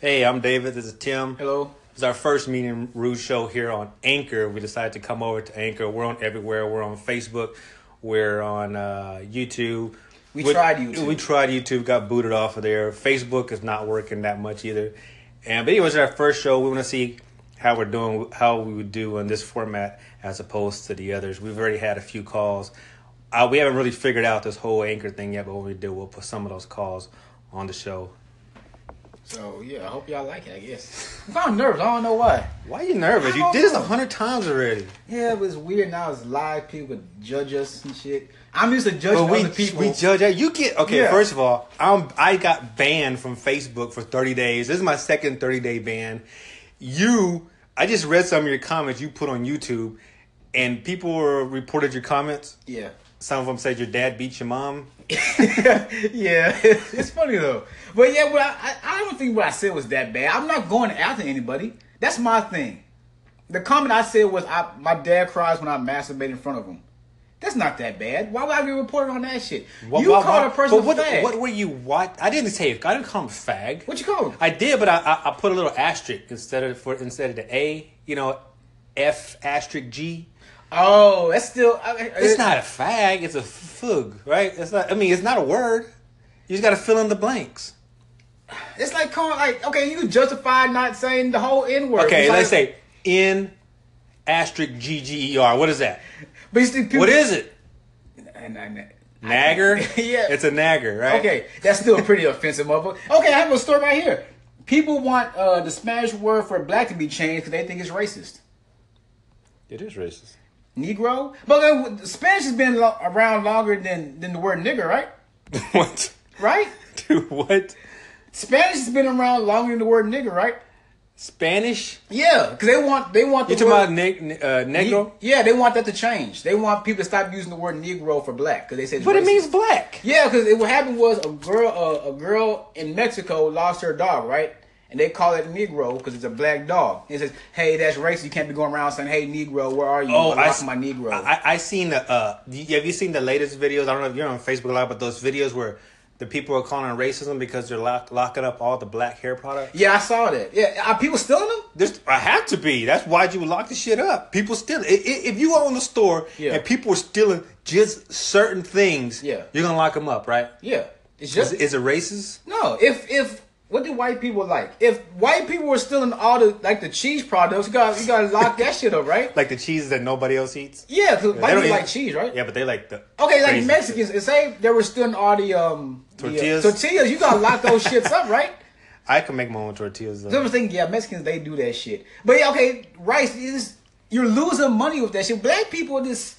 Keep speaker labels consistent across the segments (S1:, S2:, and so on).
S1: Hey, I'm David. This is Tim.
S2: Hello.
S1: It's our first meeting Rude show here on Anchor. We decided to come over to Anchor. We're on everywhere. We're on Facebook. We're on uh, YouTube.
S2: We tried YouTube.
S1: We tried YouTube. Got booted off of there. Facebook is not working that much either. And but anyways, our first show. We want to see how we're doing, how we would do in this format as opposed to the others. We've already had a few calls. Uh, we haven't really figured out this whole Anchor thing yet, but when we do, we'll put some of those calls on the show.
S2: So yeah, I hope y'all like it. I guess I'm kind of nervous. I don't know why.
S1: Why are you nervous?
S2: I
S1: You
S2: don't
S1: did this a
S2: know.
S1: hundred times already.
S2: Yeah, but it's weird now. It's live. People judge us and shit. I'm used to judging
S1: But we
S2: other people.
S1: we judge that. You get okay.
S2: Yeah.
S1: First of all, I'm I got banned from Facebook for 30 days. This is my second 30 day ban. You, I just read some of your comments you put on YouTube, and people were, reported your comments.
S2: yeah,
S1: Some of them said your dad beat your mom.
S2: yeah. it's funny though. But yeah, what I, I I don't think what I said was that bad. I'm not going after anybody. That's my thing. The comment I said was, I, "My dad cries when I masturbate in front of him." That's not that bad. Why would I be reported on that shit?
S1: Wha-
S2: you
S1: wha-
S2: called
S1: wha-
S2: a person
S1: but what,
S2: a fag.
S1: What were you? What I didn't say. I didn't call him fag.
S2: what you call him?
S1: I did, but I, I, I put a little asterisk instead of for instead of the A. You know, F asterisk G.
S2: Oh, that's still. I- I-
S1: It's not a fag. It's a fug, right? It's not. I mean, it's not a word. You just got to fill in the blanks.
S2: It's like calling like okay, you justify not saying the whole N word.
S1: Okay,
S2: It's like-
S1: let's say N asterisk G G E R. What is that?
S2: But it's the people,
S1: What is it?
S2: And, and, and-
S1: Nagger.
S2: Yeah.
S1: it's a nagger, right?
S2: okay, that's still pretty offensive, motherfucker. Okay, I have a story right here. People want uh, the Spanish word for black to be changed because they think it's racist.
S1: It is racist.
S2: Negro, but uh, Spanish has been lo- around longer than than the word nigger, right?
S1: what?
S2: Right?
S1: Dude, what?
S2: Spanish has been around longer than the word nigger, right?
S1: Spanish?
S2: Yeah, because they want they want the
S1: You talking
S2: word-
S1: about ne- uh, negro?
S2: Yeah, they want that to change. They want people to stop using the word negro for black because they say it's
S1: But it
S2: racist.
S1: means black.
S2: Yeah, because what happened was a girl, uh, a girl in Mexico lost her dog, right? And they call it Negro because it's a black dog. It says, "Hey, that's racist. You can't be going around saying, hey, Negro, where are you?
S1: Oh,
S2: I'm
S1: I,
S2: walking my Negro.'
S1: I, I seen the. Uh, y- have you seen the latest videos? I don't know if you're on Facebook Live, but those videos where the people are calling it racism because they're lock, locking up all the black hair products.
S2: yeah, I saw that. Yeah, are people stealing them?
S1: There's, I have to be. That's why you would lock the shit up. People steal. i- i- If you own the store
S2: Yeah.
S1: and people are stealing just certain things,
S2: Yeah.
S1: you're gonna lock them up, right?
S2: Yeah, it's
S1: Is,
S2: just
S1: is it racist?
S2: no. If if what do white people like? If white people were stealing all the like the cheese products, you got you got to lock that shit up, right?
S1: Like the cheese that nobody else eats?
S2: Yeah, because
S1: They
S2: white
S1: don't
S2: people
S1: eat-
S2: like cheese, right?
S1: Yeah, but they like the
S2: Okay, like
S1: crazy shit.
S2: Mexicans, say they were stealing all the um the, uh,
S1: Tortillas?
S2: tortillas, you gotta lock those shits up, right?
S1: I can make my own tortillas. Though.
S2: So I was thinking, yeah, Mexicans they do that shit. But yeah, okay, rice is you're losing money with that shit. Black people just,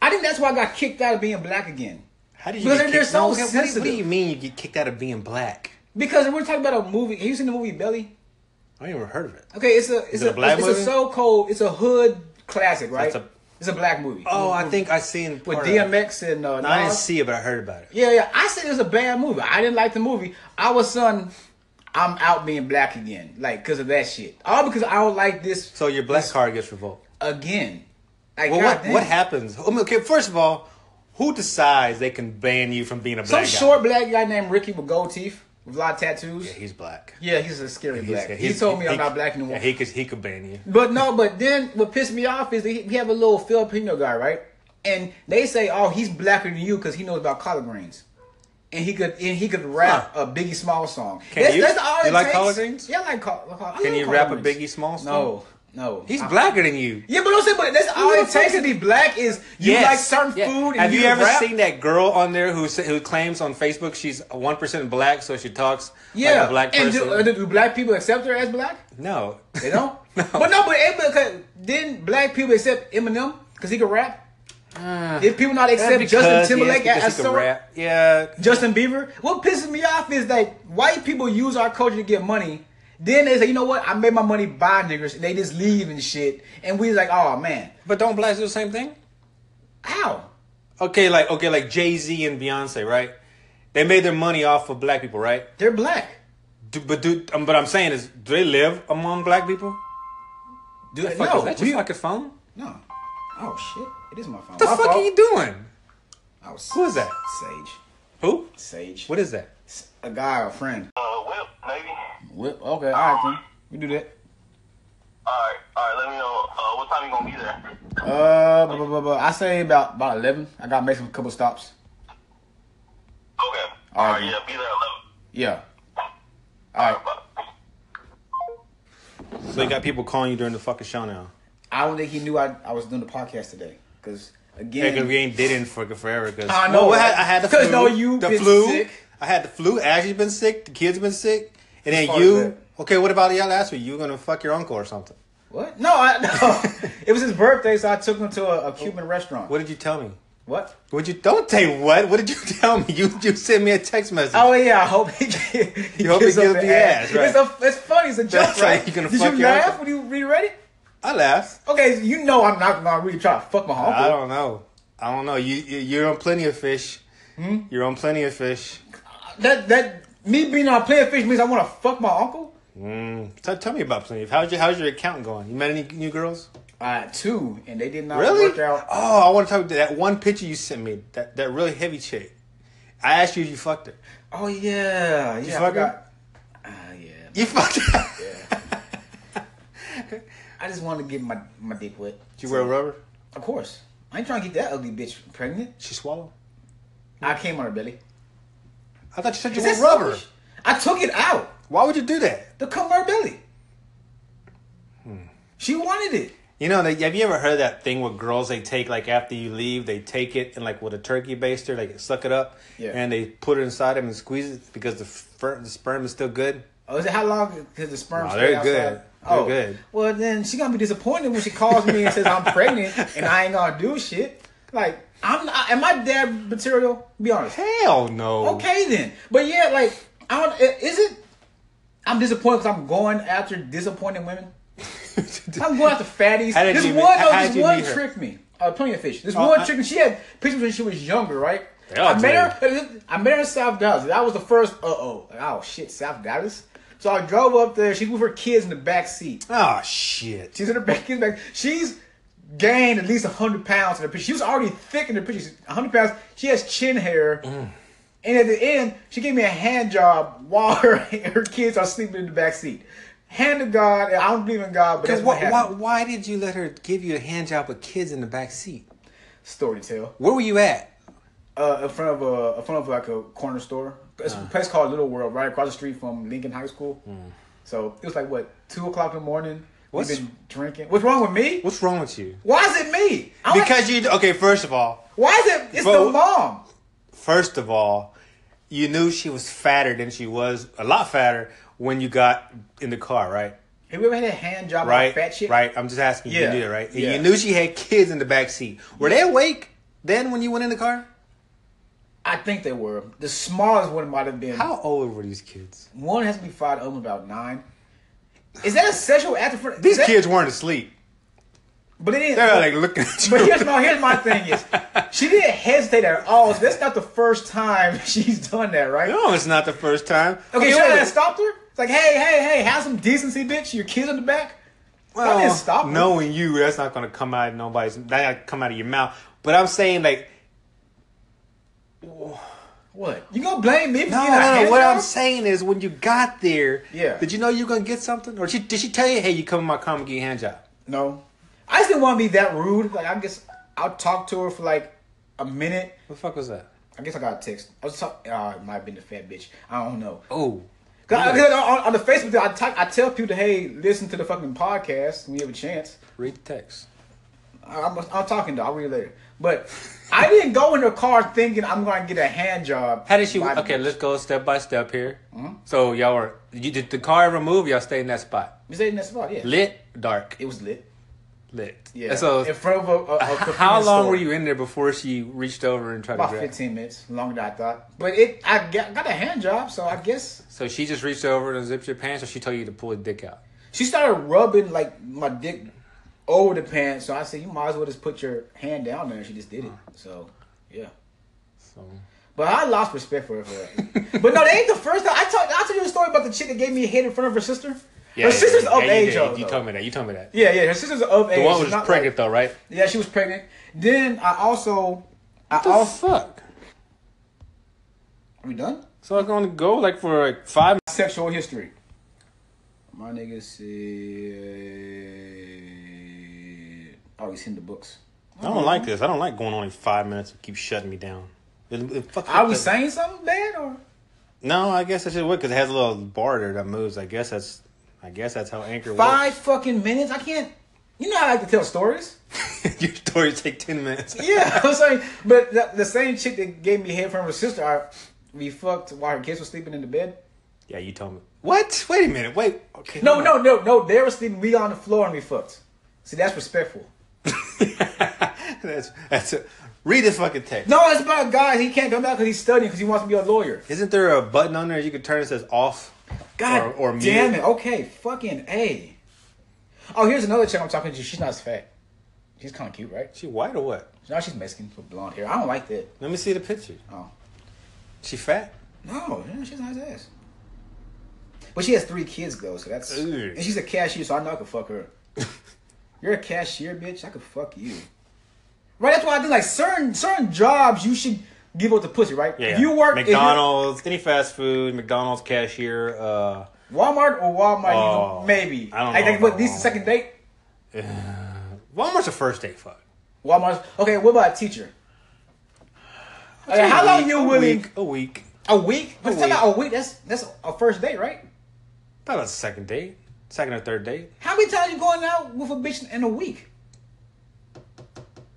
S2: I think that's why I got kicked out of being black again.
S1: How do you?
S2: Because
S1: get
S2: they're
S1: kicked-
S2: so
S1: what do you- What do you
S2: sensitive.
S1: mean you get kicked out of being black?
S2: Because we're talking about a movie. Have you seen the movie Belly?
S1: I ain't even heard of it.
S2: Okay, it's a it's
S1: it
S2: a,
S1: a black
S2: it's,
S1: movie?
S2: a so cold it's a hood classic, right?
S1: That's a-
S2: it's a black movie.
S1: Oh, I think I seen
S2: with
S1: part of it.
S2: DMX and uh,
S1: No, I didn't
S2: Nas.
S1: see it, but I heard about it.
S2: Yeah, yeah. I said it was a bad movie. I didn't like the movie. Our son, I'm out being black again, like because of that shit. All because I don't like this
S1: So your black card gets revoked.
S2: again. Like,
S1: Well, what
S2: goddamn.
S1: what happens? I mean, okay, first of all, who decides they can ban you from being a black
S2: Some
S1: guy?
S2: short black guy named Ricky with gold teeth, with a lot of tattoos. Yeah,
S1: He's black.
S2: he's a scary
S1: He's-
S2: black. he
S1: he's-
S2: told me
S1: he-
S2: I'm not black anymore. Uh-huh.
S1: Yeah, he could he could ban you.
S2: But no, but then what pissed me off is that we have a little Filipino guy, right? And they say, "Oh, he's blacker than you because he knows about collard greens, and he could and he could rap
S1: Huh.
S2: a Biggie Small song."
S1: Can
S2: that's,
S1: you-
S2: that's all
S1: you
S2: it
S1: like
S2: takes.
S1: collard greens?
S2: Yeah, I like col- I love
S1: Can you
S2: collard
S1: rap a
S2: greens.
S1: Biggie Small song?
S2: No, no.
S1: He's
S2: I-
S1: blacker than you.
S2: Yeah, but don't say. But that's all it takes to be black is you like certain
S1: Yeah.
S2: food. And
S1: Have you, ever
S2: rap.
S1: seen that girl on there who sa- who claims on Facebook she's one percent black, so she talks
S2: Yeah,
S1: like a black
S2: and
S1: person?
S2: do, uh, do black people accept her as black?
S1: no,
S2: They don't. But no, but it- because didn't black people accept Eminem because he could rap? Did people not accept Justin Timberlake
S1: yes, because Ah.
S2: as
S1: he can
S2: so-
S1: rap. Yeah,
S2: Justin Bieber? What pisses me off is that white people use our culture to get money. Then they say, you know what? I made my money by niggers. And they just leave and shit. And we like, oh man,
S1: but don't blacks do the same thing?
S2: how?
S1: Okay, like okay, like Jay Z and Beyonce, right? They made their money off of black people, right?
S2: They're black.
S1: Do, but do um, but I'm saying is, do they live among black people?
S2: Do
S1: Fuck,
S2: no,
S1: is that
S2: we-
S1: your fucking phone?
S2: no. Oh shit! It is my phone.
S1: What the
S2: My
S1: fuck
S2: fault.
S1: are you doing?
S2: I was-
S1: Who is that?
S2: Sage.
S1: Who?
S2: Sage.
S1: What is that?
S2: A guy, a friend.
S3: Uh, whip, maybe.
S2: Well, okay, all right, then. We do that.
S3: Alright, alright, let me know uh, what time you gonna be there.
S2: Uh, blah, blah, blah, blah. I say about about eleven. I gotta make some couple stops.
S3: Okay.
S2: Alright,
S3: Alright,
S2: man.
S3: yeah, be there at
S2: Yeah. All right.
S3: 11. Bye.
S1: So you got people calling you during the fucking show now.
S2: I don't think he knew I, I was doing the podcast today because
S1: Yeah,
S2: again,
S1: because we ain't dating for forever. Because
S2: I know,
S1: I, had,
S2: right?
S1: I had the
S2: 'Cause
S1: flu.
S2: no, you
S1: the
S2: been
S1: flu.
S2: sick.
S1: I had the flu. Ashley's been sick. The kids been sick. And
S2: As
S1: then
S2: far as
S1: you.
S2: that.
S1: Okay, what about y'all last week? You were gonna fuck your uncle or something?
S2: what? No, I, no. it was his birthday, so I took him to a, a Cuban restaurant.
S1: What did you tell me?
S2: What?
S1: What you don't say what? What did you tell me? You you sent me a text message.
S2: Oh yeah, I hope he. Get, he
S1: You hope he
S2: gives up
S1: gives the ass, right.
S2: It's, a, it's funny. It's a joke,
S1: That's
S2: right?
S1: right, you gonna
S2: Did
S1: fuck
S2: you
S1: your
S2: laugh
S1: uncle.
S2: when you reread it?
S1: I laughed.
S2: Okay, you know I'm not gonna really try to fuck my uncle.
S1: I don't know. I don't know. You, you you're on plenty of fish.
S2: Hmm?
S1: You're on plenty of fish.
S2: That that me being on playing fish means I want to fuck my uncle.
S1: Hmm. T- tell me about plenty of. How's your how's your account going? You met any new girls?
S2: Uh, two, and they did not
S1: Really?
S2: work out.
S1: Oh, I want to talk to that one picture you sent me. That that really heavy chick. I asked you if you fucked her.
S2: Oh yeah, yeah. I
S1: fuck
S2: forgot. Ah, yeah.
S1: You fucked her.
S2: I just wanted to get my my dick wet.
S1: Did you wear rubber?
S2: Of course. I ain't trying to get that ugly bitch pregnant.
S1: She swallowed.
S2: I came on her belly.
S1: I thought you said you
S2: Is
S1: wore
S2: that
S1: rubber.
S2: selfish? I took it out
S1: Why would you do that?
S2: to cover her belly.
S1: Hmm.
S2: She wanted it.
S1: You know, they, have you ever heard that thing where girls they take like after you leave, they take it and like with a turkey baster, like suck it up,
S2: Yeah.
S1: and they put it inside them and squeeze it because the, fir- the sperm is still good.
S2: Oh, is it how long? Because the sperm.
S1: No,
S2: stay
S1: they're good.
S2: outside?
S1: They're
S2: Oh,
S1: good.
S2: Well, then she gonna be disappointed when she calls me and says I'm pregnant and I ain't gonna do shit. Like I'm. Not, am I dad material? Be honest.
S1: Hell no.
S2: Okay then. But yeah, like I don't. i- Is it? I'm disappointed because I'm going after disappointing women. I'm going after fatties.
S1: How did
S2: This
S1: you
S2: one,
S1: meet-
S2: though,
S1: how
S2: this
S1: did you
S2: one
S1: meet her?
S2: tricked me. Uh, plenty of fish. This
S1: Oh,
S2: one
S1: I-
S2: tricked me. She had pictures when she was younger, right?
S1: They all
S2: I met her. I met her in South Dallas. That was the first. Uh oh. Oh shit, South Dallas. So I drove up there. She with her kids in the back seat.
S1: Oh shit.
S2: She's in the back. Kids back. She's gained at least hundred pounds in the picture. She was already thick in the picture. hundred pounds. She has chin hair.
S1: Mm.
S2: And at the end, she gave me a hand job while her her kids are sleeping in the back seat. Hand to God, and I don't believe in God, but that's what
S1: Why, why,
S2: happened.
S1: why did you let her give you a hand job with kids in the back seat?
S2: Story to tell.
S1: Where were you at?
S2: Uh, in front of a in front of like a corner store. It's
S1: Uh.
S2: a place called Little World, right across the street from Lincoln High School. So it was like what two o'clock in the morning. We've
S1: Mm. What's-
S2: been drinking. What's wrong with me?
S1: What's wrong with you?
S2: Why is it me? I'm like-
S1: Because you okay. First of all,
S2: why is it? It's
S1: Bro.
S2: the mom.
S1: first of all, you knew she was fatter than she was, a lot fatter when you got in the car, right?
S2: Have you ever had a hand job right,
S1: right?
S2: like fat shit?
S1: Right. I'm just asking.
S2: Yeah.
S1: You knew that, right? And
S2: Yeah.
S1: You knew she had kids in the back seat. Were they awake then when you went in the car?
S2: I think they were. The smallest one might have been.
S1: How old were these kids?
S2: One has to be five, the other one's about nine. Is that a sexual act in front of
S1: These
S2: that-
S1: kids weren't asleep.
S2: But it didn't.
S1: They're like looking at
S2: But here's
S1: you.
S2: my here's my thing is, she didn't hesitate at all. So that's not the first time she's done that, right?
S1: No, it's not the first time.
S2: Okay,
S1: wait a
S2: should I have
S1: minute.
S2: stopped her? It's like, hey, hey, hey, have some decency, bitch. Your kids in the back. I didn't stop her.
S1: Knowing you, that's not gonna come out of nobody's. That gotta come out of your mouth. But I'm saying like
S2: What? You gonna blame me for
S1: no,
S2: getting a
S1: no,
S2: hand
S1: no. What
S2: job?
S1: I'm saying is when you got there,
S2: Yeah.
S1: Did you know you were gonna get something, or she, did she tell you, hey, you come in my car and get a hand job?
S2: No, I just didn't want to be that rude. Like I guess I'll talk to her for like a minute.
S1: What the fuck was that?
S2: I guess I got a text. I was talking. Uh, it might have been the fat bitch. I don't know.
S1: Oh,
S2: Cause I- 'cause on, on the Facebook, thing, I talk, I tell people, hey, listen to the fucking podcast when you have a chance.
S1: read the text.
S2: I- I'm, I'm talking though. I'll read it later. But I didn't go in the car thinking I'm going to get a hand job.
S1: How did she? Hmm?
S2: By the
S1: Okay,
S2: bitch.
S1: let's go step by step here. So y'all were you did the car ever move? Y'all stay in that spot.
S2: We stayed in that spot. Yeah,
S1: Lit, dark,
S2: it was lit.
S1: lit.
S2: Yeah.
S1: And so
S2: in front of a, a, a
S1: h- how
S2: convenience
S1: long
S2: store.
S1: were you in there before she reached over and tried
S2: About
S1: to grab?
S2: 15 minutes, longer than I thought. But it, I got, got a hand job, so I guess
S1: So she just reached over and zipped your pants, or she told you to pull the dick out.
S2: she started rubbing like my dick over the pants. So I said, you might as well just put your hand down there. And she just did it. So yeah.
S1: So
S2: But I lost respect for her for that. but no, that ain't the first time. I told I told you a story about the chick that gave me a hit in front of her sister. her sister's of
S1: you
S2: age,
S1: did.
S2: though.
S1: You told me that. You told me that.
S2: Yeah, yeah, her sister's of age.
S1: The one
S2: She's
S1: was
S2: not
S1: pregnant though, right?
S2: like- yeah, she was pregnant. Then I also, I
S1: Oh
S2: also.
S1: fuck.
S2: Are we done?
S1: So I'm gonna go like for like five.
S2: Sexual history. My nigga said. Oh, he's in the books.
S1: I don't like this. I don't like going only five minutes and keep shutting me down. It- it fucks
S2: Are
S1: up
S2: we
S1: the-
S2: saying something bad or?
S1: No, I guess I should work because it has a little bar there that moves. I guess that's, I guess that's how Anchor
S2: Five fucking minutes? I can't. You know, I like to tell stories.
S1: works. Your stories take ten minutes.
S2: Yeah, I'm saying. But the, the same chick that gave me head from her sister, I, we fucked while her kids were sleeping in the bed.
S1: Yeah, you told me. What? Wait a minute. Wait. Okay.
S2: No, no, no, no. They were sleeping. We on the floor and we fucked. See, that's respectful.
S1: that's that's. A, read the fucking text.
S2: No, it's about guys. He can't come out because he's studying because he wants to be a lawyer.
S1: Isn't there a button on there you could turn that says off?
S2: God
S1: Or- or
S2: damn
S1: mute.
S2: it. Okay, fucking a. Oh, here's another chick I'm talking to. She's not as fat. She's kind of cute, right?
S1: She white or what?
S2: Now she's Mexican with blonde hair. I don't like that.
S1: Let me see the picture.
S2: Oh.
S1: She fat.
S2: No, no, she's not his ass. But she has three kids though, so that's
S1: Ugh.
S2: and she's a cashier, so I know I could fuck her. You're a cashier, bitch. I could fuck you. Right. That's why I think like certain certain jobs you should give up the pussy, right?
S1: Yeah.
S2: If you work if you're-
S1: McDonald's, any fast food, McDonald's cashier. Uh,
S2: Walmart or Walmart, you
S1: Oh,
S2: know, maybe.
S1: I don't
S2: Like,
S1: know
S2: like, what,
S1: about
S2: at least the
S1: Walmart.
S2: second date.
S1: Walmart's a first date fuck.
S2: Walmart. Okay, what about a teacher? Okay, how long you
S1: a
S2: willing?
S1: Week, a week.
S2: A week. Let's talk
S1: week.
S2: about a week. That's that's a first date, right?
S1: Thought about second date, second or third date.
S2: How many times you going out with a bitch in a week?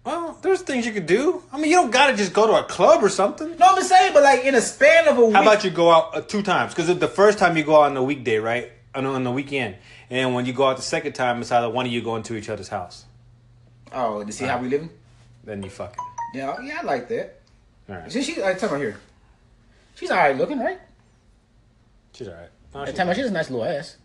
S1: Well, there's things you could do. I mean, you don't gotta just go to a club or something.
S2: No, I'm just saying, but like in a span of a week.
S1: How about you go out uh, two times? Because the first time you go out on the weekday, right? On, on the weekend, and when you go out the second time, it's either one of you going to each other's house.
S2: Oh, to see how we living?
S1: Then you fucking.
S2: Yeah, yeah, I like that.
S1: All right.
S2: She, she, like, talking about here. She's all right looking, right?
S1: She's all right. No,
S2: Like,
S1: she's,
S2: talking about she has a nice little ass.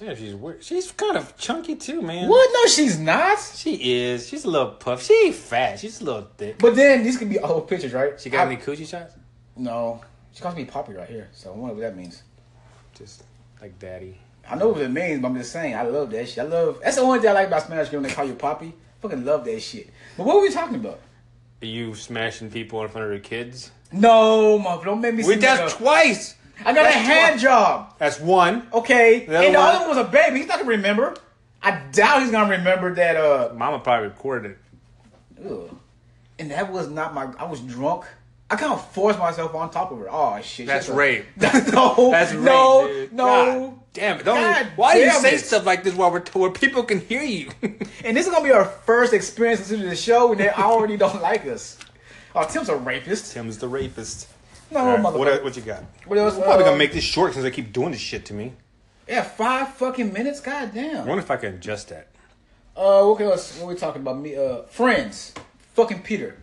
S1: yeah, she's weird. She's kind of chunky too, man.
S2: What? No, she's not.
S1: She is. She's a little puff. She ain't fat. She's a little thick.
S2: But then these could be old pictures, right?
S1: She got
S2: I-
S1: any coochie shots?
S2: No, she calls me Poppy right here, so I wonder what that means.
S1: Just like daddy.
S2: I know what it means, but I'm just saying, I love that shit. I love that's the only thing I like about Smash Girl when they call you Poppy. Fucking love that shit. But what were we talking about?
S1: Are you smashing people in front of your kids?
S2: No, mom, don't make me.
S1: We
S2: seem like
S1: that's
S2: a-
S1: twice.
S2: I got a
S1: that's
S2: hand job.
S1: That's one. Oh,
S2: Okay,
S1: other
S2: and the
S1: one-
S2: other one was a baby. He's not gonna remember. I doubt he's gonna remember that. Uh,
S1: Mama probably recorded it.
S2: Ugh. And that was not my. I was drunk. I kind of forced myself on top of her. Oh shit!
S1: That's
S2: shut up.
S1: rape.
S2: no,
S1: That's
S2: no,
S1: rape, dude.
S2: no.
S1: God damn it! Don't.
S2: God
S1: why do you
S2: damn
S1: say
S2: it.
S1: stuff like this while we're where people can hear you?
S2: And this is gonna be our first experience listening to the show, and they already don't like us. Oh, Tim's a rapist.
S1: Tim's the rapist.
S2: No,
S1: All right,
S2: Oh, motherfucker.
S1: what, el- what you got?
S2: What else?
S1: I'm probably
S2: Uh,
S1: gonna make this short since they keep doing this shit to me.
S2: Yeah, five fucking minutes. God damn.
S1: I wonder if I can adjust that.
S2: Uh, what else? What we talking about? Me, uh, friends. Fucking Peter.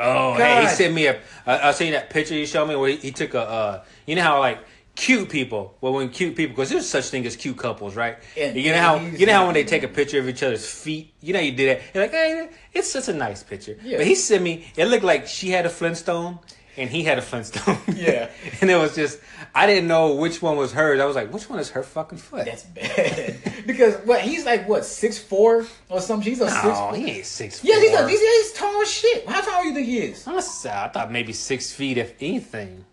S1: Oh, hey, he
S2: God.
S1: sent me a. I, I seen that picture you showed me where he, he took a. Uh, you know how like cute people. Well, when cute people, because there's such thing as cute couples, right?
S2: And
S1: you know how
S2: he's
S1: you know how
S2: not
S1: when they take a picture of each other's feet. You know how you do that. You're like, hey, it's such a nice picture.
S2: Yeah.
S1: But he sent me. It looked like she had a Flintstone and he had a Flintstone.
S2: Yeah.
S1: and it was just I didn't know which one was hers. I was like, which one is her fucking foot?
S2: That's bad. because what? He's like what six four or something. He's a
S1: oh,
S2: six.
S1: he ain't six.
S2: Yeah, he's, a,
S1: four.
S2: he's, he's tall as shit. How tall do you think he is?
S1: I'm sorry, I thought maybe six feet if anything.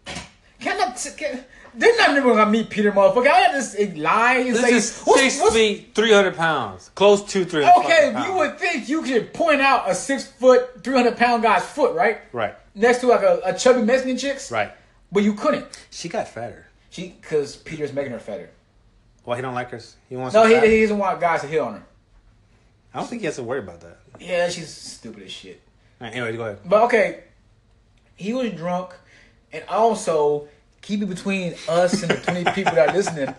S2: Can I, can, they're not never gonna meet Peter, motherfucker. I have to uh, lie and
S1: This
S2: say,
S1: is
S2: what's-
S1: six
S2: what's-
S1: feet, three hundred pounds, close to three hundred.
S2: Okay, you would think you could point out a six foot, three hundred pound guy's foot, right?
S1: Right.
S2: Next to like a, a chubby Mexican chick's,
S1: Right.
S2: But you couldn't,
S1: She got fatter.
S2: she, because Peter's making her fatter.
S1: Well, he don't like her. He wants.
S2: No,
S1: her
S2: he,
S1: fat.
S2: he doesn't want guys to hit on her.
S1: I don't think he has to worry about that.
S2: Yeah, she's stupid as shit.
S1: All right, anyway, go ahead.
S2: But okay, he was drunk, and also keep it between us and the twenty people that are listening.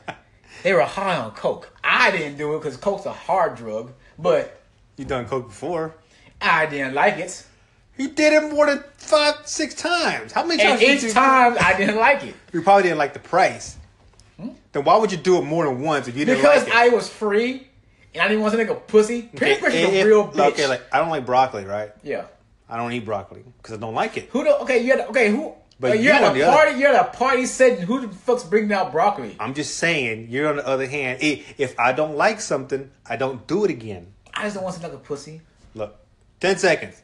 S2: They were high on coke. I didn't do it because coke's a hard drug, but
S1: You done coke before?
S2: I didn't like it.
S1: You did it more than five, six times. How many
S2: And
S1: times? did
S2: each
S1: you,
S2: time I didn't like it
S1: you probably didn't like the price. Then why would you do it more than once if you didn't
S2: because
S1: like it?
S2: I was free and I didn't want to make a pussy. Peter Chris is
S1: If-
S2: a real bitch.
S1: eh, Okay, like I don't like broccoli, right?
S2: yeah.
S1: I don't eat broccoli because I don't like it.
S2: Who the okay? You had okay who?
S1: But
S2: But
S1: you
S2: you had
S1: on the
S2: a
S1: other-
S2: party. You had a party setting. Who the fuck's bringing out broccoli?
S1: I'm just saying. You're on the other hand. i- If I don't like something, I don't do it again.
S2: I just don't want to like a pussy.
S1: Look, ten seconds.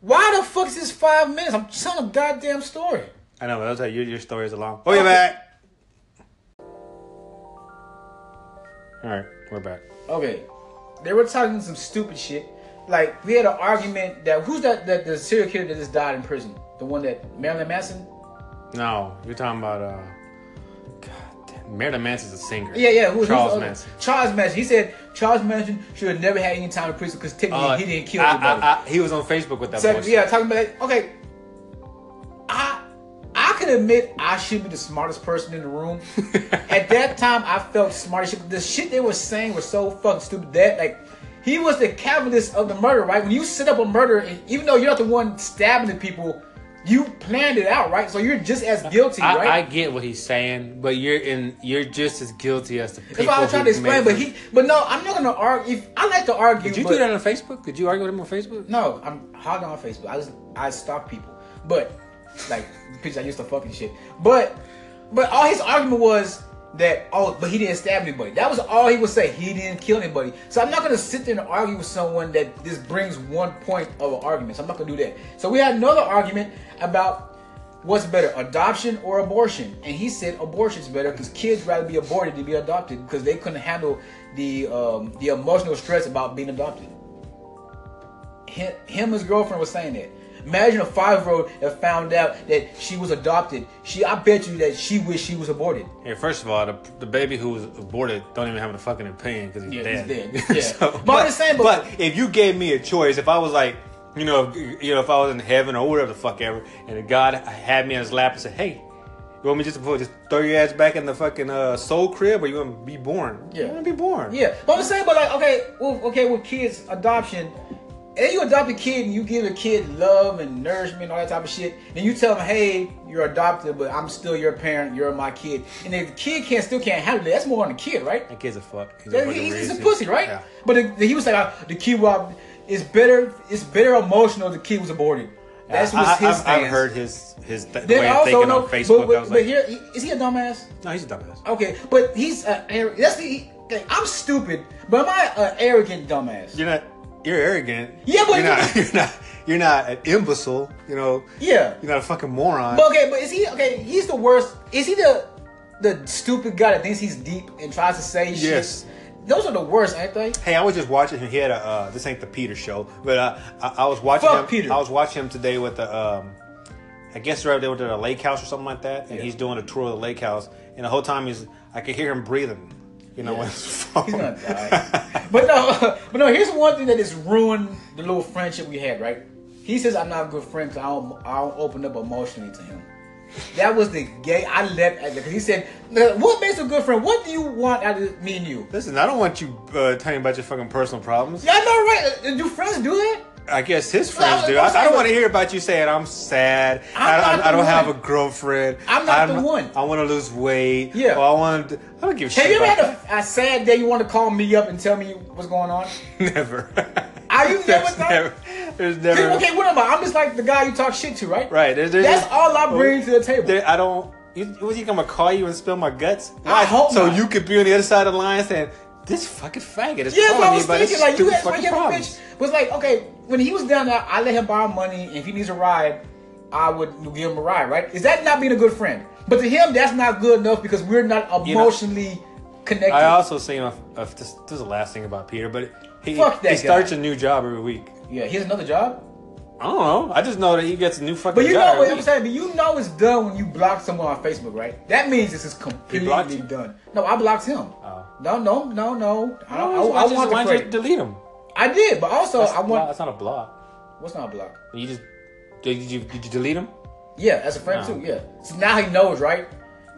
S2: Why the fuck is this five minutes? I'm telling a goddamn story.
S1: I know. but That's how your your story is long. Oh, you
S2: Okay.
S1: back. All right, we're back.
S2: Okay, they were talking some stupid shit. Like we had an argument that who's that that the serial killer that just died in prison? The one that Marilyn Manson?
S1: No, you're talking about uh, God damn, Marilyn Manson's a singer.
S2: Yeah, yeah. Who, who's the
S1: Charles
S2: other-
S1: Manson.
S2: Charles Manson. He said Charles Manson should have never had any time in prison because technically
S1: Uh,
S2: he didn't kill
S1: I-
S2: anybody.
S1: I- I- he was on Facebook with that
S2: So,
S1: bullshit.
S2: yeah, talking about okay. I I can admit I should be the smartest person in the room. At that time, I felt smart. as shit. The shit they were saying was so fucking stupid. That like he was the catalyst of the murder, right? When you set up a murder, and even though you're not the one stabbing the people, you planned it out, right? So you're just as guilty,
S1: I, I
S2: right?
S1: get what he's saying, but you're in. You're just as guilty as the people.
S2: That's what I was trying to
S1: who
S2: explain.
S1: made
S2: But
S1: it.
S2: he, but no, I'm not gonna argue. If I like to argue,
S1: Did you
S2: but,
S1: do that on Facebook? Did you argue with him on Facebook?
S2: No, I'm hard on Facebook. I just I stalk people, but like the pictures I used to fucking shit. But but all his argument was that oh, but he didn't stab anybody. That was all he would say. He didn't kill anybody. So I'm not gonna sit there and argue with someone that this brings one point of an argument. So I'm not gonna do that. So we had another argument about what's better, adoption or abortion? And he said abortion's better because kids rather be aborted than be adopted because they couldn't handle the um, the emotional stress about being adopted him, him his girlfriend was saying that. Imagine a five year old that found out that she was adopted. She, I bet you that she wished she was aborted.
S1: Hey, first of all, the, the baby who was aborted don't even have a fucking opinion because he's
S2: Yeah,
S1: dead.
S2: he's dead. Yeah.
S1: So-
S2: But I'm just saying, but-
S1: if you gave me a choice, if I was like, you know, if, you know, if I was in heaven or whatever the fuck ever, and God had me on His lap and said, "Hey, you want me just to put, just throw your ass back in the fucking uh, soul crib, or you want to be born?
S2: Yeah.
S1: you want to be born.
S2: Yeah, but I'm saying, but like, okay, well, okay, with kids adoption, and you adopt a kid and you give a kid love and nourishment, all that type of shit, and you tell them, hey, you're adopted, but I'm still your parent, you're my kid, and if the kid can't still can't handle it, that's more on the kid, right?
S1: that kid's a fuck. He's,
S2: Yeah,
S1: fucking
S2: he's, he's a
S1: racist.
S2: pussy, right?
S1: Yeah.
S2: But the, the- he was like, uh, the kid was it's better. It's better emotional. The kid was aborted. That's
S1: I,
S2: what his
S1: have
S2: stance.
S1: heard his his th-
S2: Then
S1: way of
S2: also,
S1: thinking
S2: no,
S1: on Facebook.
S2: but, but,
S1: I was
S2: but
S1: like,
S2: here, is he a dumbass?
S1: no, he's a dumbass.
S2: Okay, but he's uh, arro- that's the. he- okay, I'm stupid, but am I an arrogant dumbass?
S1: You're not. You're arrogant.
S2: Yeah, but-
S1: you're not. You're not. You're not an imbecile. You know.
S2: Yeah.
S1: You're not a fucking moron.
S2: But okay, but is he okay? He's the worst. Is he the the stupid guy that thinks he's deep and tries to say shit?
S1: Yes.
S2: Those are the worst, ain't they?
S1: hey, I was just watching him. He had a. Uh, this ain't the Peter show, but uh, I, I was watching
S2: Fuck
S1: him.
S2: Peter.
S1: I was watching him today with the. Um, I guess they're over there with the lake house or something like that, and
S2: Yeah.
S1: he's doing a tour of the lake house, and the whole time he's, I could hear him breathing. You know, on his phone.
S2: He's gonna die. but no, but no. Here's one thing that has ruined the little friendship we had. Right? He says I'm not a good friend because I don't, I don't open up emotionally to him. That was the gay. I left at because he said, "What makes a good friend? What do you want out of me and you?"
S1: Listen, I don't want you uh, telling me about your fucking personal problems.
S2: Y'all know right? Uh, Do friends do that?
S1: I guess his
S2: Well, I
S1: friends
S2: was
S1: do.
S2: gonna
S1: I,
S2: say,
S1: I don't
S2: but-
S1: want to hear about you saying I'm sad.
S2: I'm
S1: I, I-
S2: not
S1: I
S2: the
S1: don't have a
S2: one.
S1: girlfriend.
S2: I'm not the one."
S1: I want to lose weight.
S2: Yeah.
S1: Or I want. to I don't give a shit.
S2: Have you ever
S1: about
S2: had a, a sad day? You want to call me up and tell me what's going on?
S1: that. never.
S2: Are you never
S1: there's
S2: done?
S1: never. There's
S2: Dude,
S1: never.
S2: okay, what am I? I'm just like the guy you talk shit to, right?
S1: Right. There, there's
S2: That's
S1: just-
S2: all I bring to the table.
S1: There, I don't. You, what you gonna call you and spill my guts?
S2: I hope
S1: so
S2: not.
S1: you could be on the other side of the line saying this fucking faggot is
S2: Yeah, that's what I
S1: calling me
S2: was
S1: about this
S2: thinking. Like, you
S1: stupid
S2: asked my
S1: fucking
S2: young
S1: problem.
S2: bitch was like, okay, when he was down there, I let him borrow money. And if he needs a ride, I would give him a ride, right? Is that not being a good friend? But to him, that's not good enough because we're not
S1: know,
S2: emotionally connected.
S1: I also seen a, a, this, this is the last thing about Peter, but he
S2: Fuck that
S1: he starts
S2: guy.
S1: a new job every week.
S2: yeah, he has another job.
S1: I don't know. I just know that he gets a new fucking
S2: But you
S1: job.
S2: know what
S1: every
S2: I'm saying? But you know it's done when you block someone on Facebook, right? That means this is
S1: blocked
S2: completely
S1: you?
S2: done. No, I blocked him.
S1: Oh.
S2: No, no, no, no. I, I,
S1: I,
S2: I,
S1: just,
S2: want
S1: why
S2: the
S1: don't you
S2: credit.
S1: delete him?
S2: I did, but also I
S1: Well,
S2: want.
S1: that's not a block.
S2: What's not a block?
S1: You just did you did you delete him?
S2: Yeah, as a friend
S1: No.
S2: too. Yeah. So now he knows, right?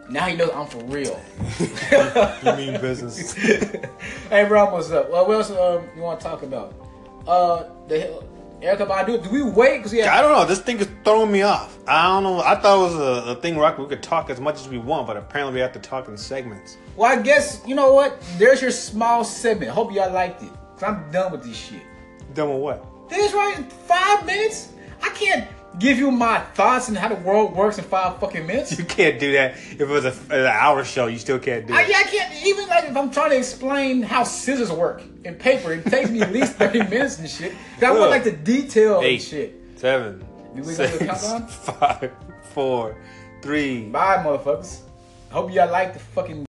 S2: Now he knows I'm for real.
S1: You mean business?
S2: hey, bro, what's up? Well, what else um, you want to talk about? Uh, the Erica Badu. Do we wait? Cause we have,
S1: I don't know. This thing is throwing me off. I don't know. I thought it was a, a thing where we could talk as much as we want, but apparently we have to talk in segments.
S2: well, I guess you know what. There's your small segment. Hope y'all liked it. Cause I'm done with this shit.
S1: Done with what?
S2: This right in five minutes. I can't give you my thoughts and how the world works in five fucking minutes.
S1: You can't do that. If it was a, an hour show, you still can't do
S2: I,
S1: it.
S2: yeah, I can't even like if I'm trying to explain how scissors work in paper, it takes me at least thirty minutes and shit. 'Cause I
S1: Look.
S2: want like the detail
S1: Eight,
S2: and shit.
S1: seven,
S2: You really gonna do a
S1: six,
S2: countdown?
S1: five, four, three.
S2: Bye, motherfuckers. Hope y'all like the fucking.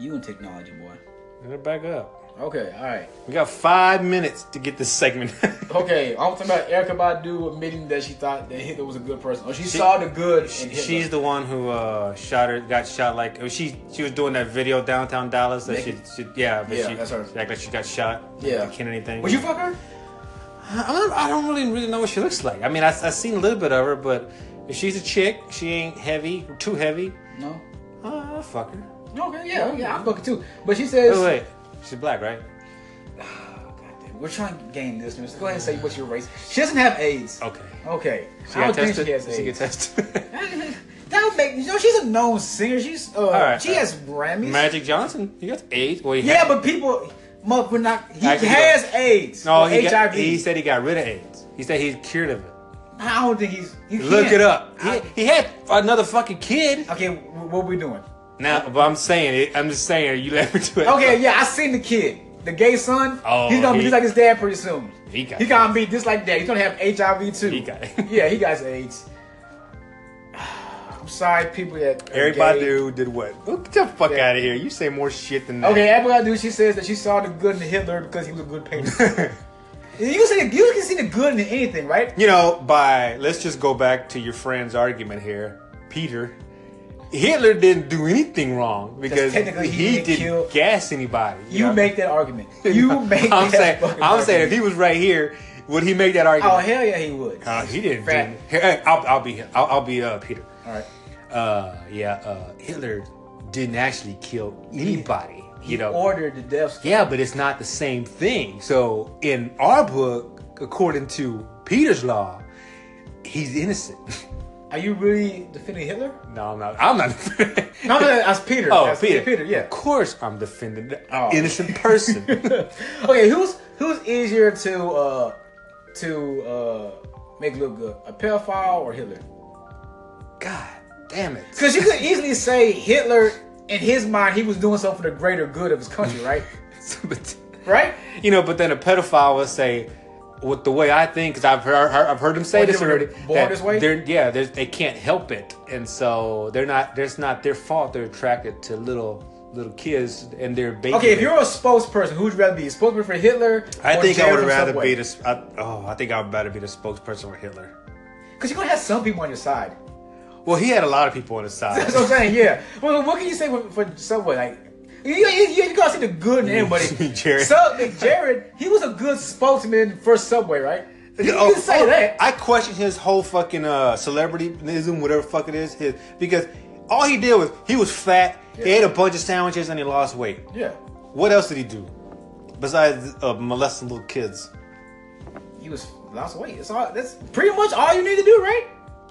S2: You and technology, boy.
S1: Get it back up.
S2: Okay, all right.
S1: We got five minutes to get this segment.
S2: Okay, I'm talking about Erica Badu admitting that she thought that Hitler was a good person. Or she, saw the good in Hitler.
S1: She's the one who uh, shot her, got shot like oh, she she was doing that video downtown Dallas that she,
S2: Naked.
S1: she yeah, but
S2: Yeah,
S1: she
S2: that's her.
S1: she act like she got shot.
S2: Yeah.
S1: can't anything.
S2: Would you fuck her?
S1: I don't, I don't really really know what she looks like. I mean, I I seen a little bit of her, but if she's a chick, she ain't heavy, too heavy.
S2: No.
S1: Uh, fuck her.
S2: Okay, yeah, yeah, I fuck her too. But she says,
S1: Wait, wait, she's black, right?
S2: Goddamn, we're trying to gain this. Just go ahead and say what's your race. She doesn't have AIDS.
S1: Okay.
S2: Okay.
S1: Oh. She
S2: I
S1: got
S2: don't
S1: tested.
S2: think she has
S1: get
S2: AIDS.
S1: tested.
S2: that would make you know she's a known singer. She's uh,
S1: right,
S2: she
S1: all right.
S2: has Grammys.
S1: Magic Johnson, he got AIDS. Well, he
S2: Yeah,
S1: had-
S2: but people, mother, we're not. He
S1: Actually,
S2: has AIDS.
S1: no,
S2: or
S1: he,
S2: HIV.
S1: got, he said he got rid of AIDS. He said he's cured of it.
S2: I don't think he's. You
S1: Look
S2: can't.
S1: it up. He,
S2: I-
S1: he had another fucking kid.
S2: okay, wh- what we doing?
S1: Now, but I'm saying it. I'm just saying you let me do it.
S2: Okay, yeah, I seen the kid, the gay son.
S1: Oh,
S2: he's gonna be
S1: he-
S2: just like his dad pretty soon.
S1: He got-
S2: he gonna be just like that. He's gonna have HIV too.
S1: He got it.
S2: yeah, he got AIDS. I'm sorry, people that are
S1: Eric
S2: gay.
S1: Badu did what? Oh, Get the fuck
S2: Yeah.
S1: out of here. You say more shit than that.
S2: Okay, Abby Badu, she says that she saw the good in Hitler because he was a good painter. you can see the, you can see the good in anything, right?
S1: you know, by let's just go back to your friend's argument here, Peter. Hitler didn't do anything wrong because
S2: technically he
S1: he,
S2: didn't
S1: didn't
S2: kill-
S1: gas anybody.
S2: You
S1: know?
S2: make that argument. You make.
S1: I'm
S2: that
S1: saying.
S2: fucking
S1: I'm saying if
S2: argument.
S1: he was right here, would he make that
S2: Oh
S1: argument?
S2: hell yeah, he would.
S1: Uh, he didn't.
S2: Fat.
S1: do- Hey, I'll, I'll be. I'll, I'll be uh, Peter.
S2: All right.
S1: uh yeah uh hitler didn't actually kill anybody you know
S2: Ordered the death. squad.
S1: yeah but it's not the same thing so in our book according to peter's law he's innocent
S2: Are you really defending Hitler?
S1: no i'm not i'm not
S2: No, no, that's Peter.
S1: oh
S2: That's
S1: peter
S2: Peter, yeah.
S1: of course i'm defending the
S2: Oh.
S1: innocent person
S2: okay, who's who's easier to uh to uh make look good, a pedophile or Hitler?
S1: god damn it
S2: Because you could easily say Hitler, in his mind, he was doing something for the greater good of his country, right?
S1: But-
S2: right?
S1: you know but then a pedophile will say with the way I think, because I've heard, I've heard them say
S2: Well,
S1: this
S2: they were
S1: already.
S2: born
S1: that
S2: this way?
S1: They're, yeah, they're, they can't help it, and so they're not. There's not their fault. They're attracted to little little kids, and they're baking
S2: Okay, if
S1: it.
S2: you're a spokesperson, who'd you rather be? A spokesperson for Hitler?
S1: I think I would rather be
S2: be
S1: the. I, oh, I think I would rather be the spokesperson for Hitler.
S2: Because you're gonna have some people on your side.
S1: Well, he had a lot of people on his side.
S2: That's what I'm saying. Yeah. Well, what can you say for, for Subway? Like, you, you, you, you gotta see the good in anybody.
S1: Mm, Jared.
S2: So, like, Jared, he was a good spokesman for Subway, right? You
S1: Oh,
S2: can say
S1: oh,
S2: that.
S1: I question his whole fucking uh, celebrityism, whatever the fuck it is, his because all he did was he was fat, he
S2: Yeah.
S1: ate a bunch of sandwiches, and he lost weight.
S2: yeah.
S1: What else did he do besides uh, molesting little kids?
S2: He was lost weight. That's all. That's pretty much all you need to do, right?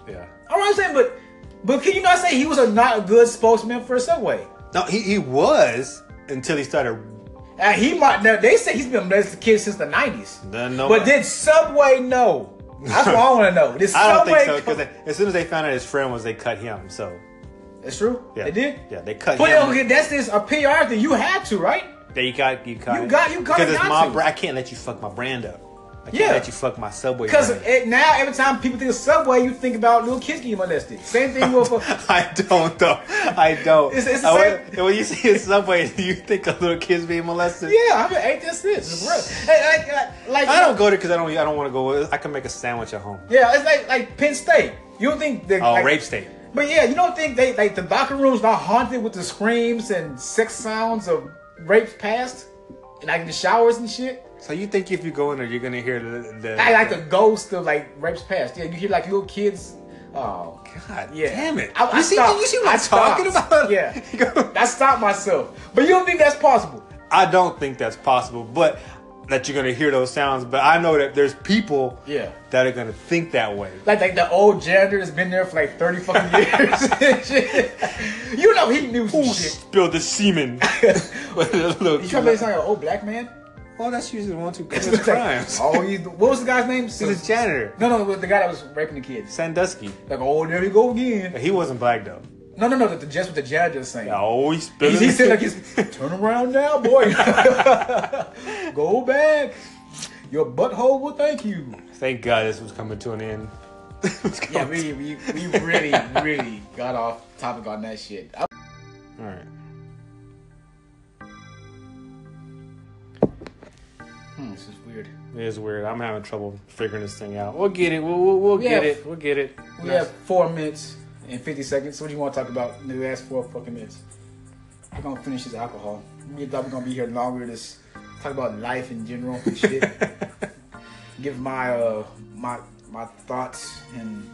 S1: Yeah.
S2: All right, I'm saying, but but can you not say he was a not a good spokesman for Subway?
S1: No, he, he was until he started.
S2: Uh, he might. Now, they say he's been molesting kids since the nineties.
S1: Then no-
S2: but did Subway know? That's what I want to know. Did
S1: I don't
S2: Subway?
S1: think so because as soon as they found out his friend was, they cut him. So
S2: that's true.
S1: yeah,
S2: They did.
S1: Yeah, they cut
S2: But
S1: him.
S2: okay, that's this a PR thing. You had to, right?
S1: They got you cut.
S2: You got- you got
S1: because
S2: it
S1: it's
S2: not
S1: my
S2: to.
S1: brand. I can't let you fuck my brand up. I can't
S2: Yeah.
S1: let you fuck my subway.
S2: Because
S1: brand.
S2: now every time people think of Subway, you think about little kids getting molested. Same thing with. uh,
S1: I don't though. I don't.
S2: It's- it's the
S1: I
S2: same-
S1: wonder- when you see a subway, do you think of little kids being molested?
S2: yeah, I haven't ate this since. Bro. Like, like, like,
S1: I don't go there because I don't. I don't want to go. I can make a sandwich at home.
S2: Yeah, it's like like Penn State. You don't think the
S1: Oh,
S2: like,
S1: rape state.
S2: But yeah, you don't think they like the locker rooms not haunted with the screams and sex sounds of rapes past, and like the showers and shit.
S1: So you think if you go in there, you're gonna hear the, the
S2: I like the ghost of like rapes past. Yeah, you hear like little kids. Oh,
S1: God
S2: yeah.
S1: damn it!
S2: I- I
S1: you see?
S2: stopped.
S1: You see what
S2: I
S1: I'm talking
S2: stopped.
S1: about?
S2: Yeah, I stopped myself. But you don't think that's possible?
S1: I don't think that's possible, but that you're gonna hear those sounds. But I know that there's people
S2: Yeah.
S1: that are gonna think that way.
S2: Like, like the old janitor has been there for like thirty fucking years. Shit. you know he knew some
S1: Who
S2: shit.
S1: spilled the semen?
S2: You trying to make it sound like an old black man?
S1: well, Oh, that's usually the one who commits crimes.
S2: Oh, he's what was the guy's name?
S1: He's a janitor,
S2: No, no, it was the guy that was raping the kids.
S1: Sandusky.
S2: Like, oh, there you go again.
S1: He wasn't black though.
S2: No, no, no, the, the, just what the judge is saying.
S1: Oh, he spilled.
S2: He, he said like he's turn around now, boy. go back. Your butthole will thank you.
S1: Thank God this was coming to an end. It's
S2: Yeah,
S1: coming
S2: we, we, we really, really got off topic on that shit. I-
S1: All right.
S2: Hmm, this is weird.
S1: It is weird. I'm having trouble figuring this thing out. We'll get it. We'll, we'll, we'll get
S2: Yeah.
S1: it. We'll get it.
S2: We have four minutes and 50 seconds. What do you want to talk about in the last four fucking minutes? We're going to finish this alcohol. We thought we're going to be here longer. Just talk about life in general and shit. Give my, uh, my, my thoughts and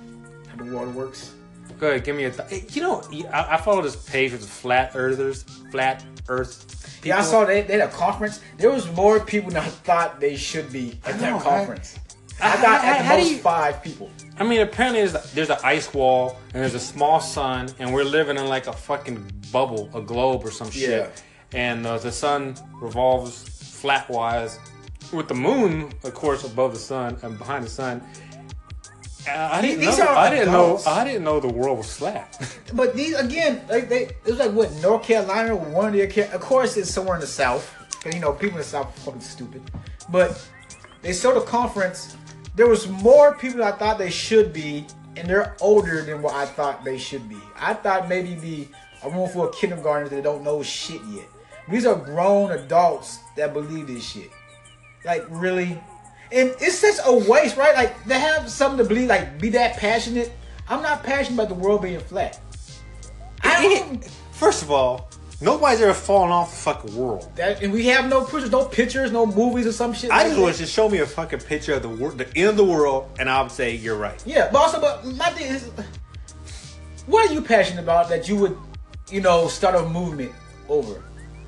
S2: how the world works.
S1: Go ahead, give me a. Th- eh, you know, I, I follow this page with flat earthers, flat earth.
S2: Yeah, I saw they, they had a conference. There was more people than I thought they should be at
S1: know,
S2: that
S1: right?
S2: conference.
S1: I-
S2: I, thought
S1: I-
S2: at the
S1: how do
S2: most
S1: you-
S2: five people.
S1: I mean, apparently there's there's an ice wall and there's a small sun, and we're living in like a fucking bubble, a globe or some shit.
S2: Yeah.
S1: And uh, the sun revolves flatwise, with the moon, of course, above the sun and behind the sun. Uh, I I didn't
S2: These
S1: know.
S2: are
S1: I didn't know.
S2: adults.
S1: I didn't know the world was flat.
S2: But these again, like they, it was like what North Carolina, one of their, Car- of course, it's somewhere in the South. 'Cause, you know, people in the South are fucking stupid. But they showed a conference. There was more people than I thought they should be, and they're older than what I thought they should be. I thought maybe be a room full of kindergartners that don't know shit yet. These are grown adults that believe this shit. Like really, and it's such a waste, right? Like to have something to believe, like be that passionate. I'm not passionate about the world being flat. I don't,
S1: First of all, nobody's ever fallen off the fucking world.
S2: that, and we have no pictures, no pictures, no movies or some shit.
S1: I
S2: like
S1: just want
S2: that.
S1: you to show me a fucking picture of the wor- the end of the world, and I would say you're right.
S2: Yeah, but also, but my thing is, what are you passionate about that you would, you know, start a movement over?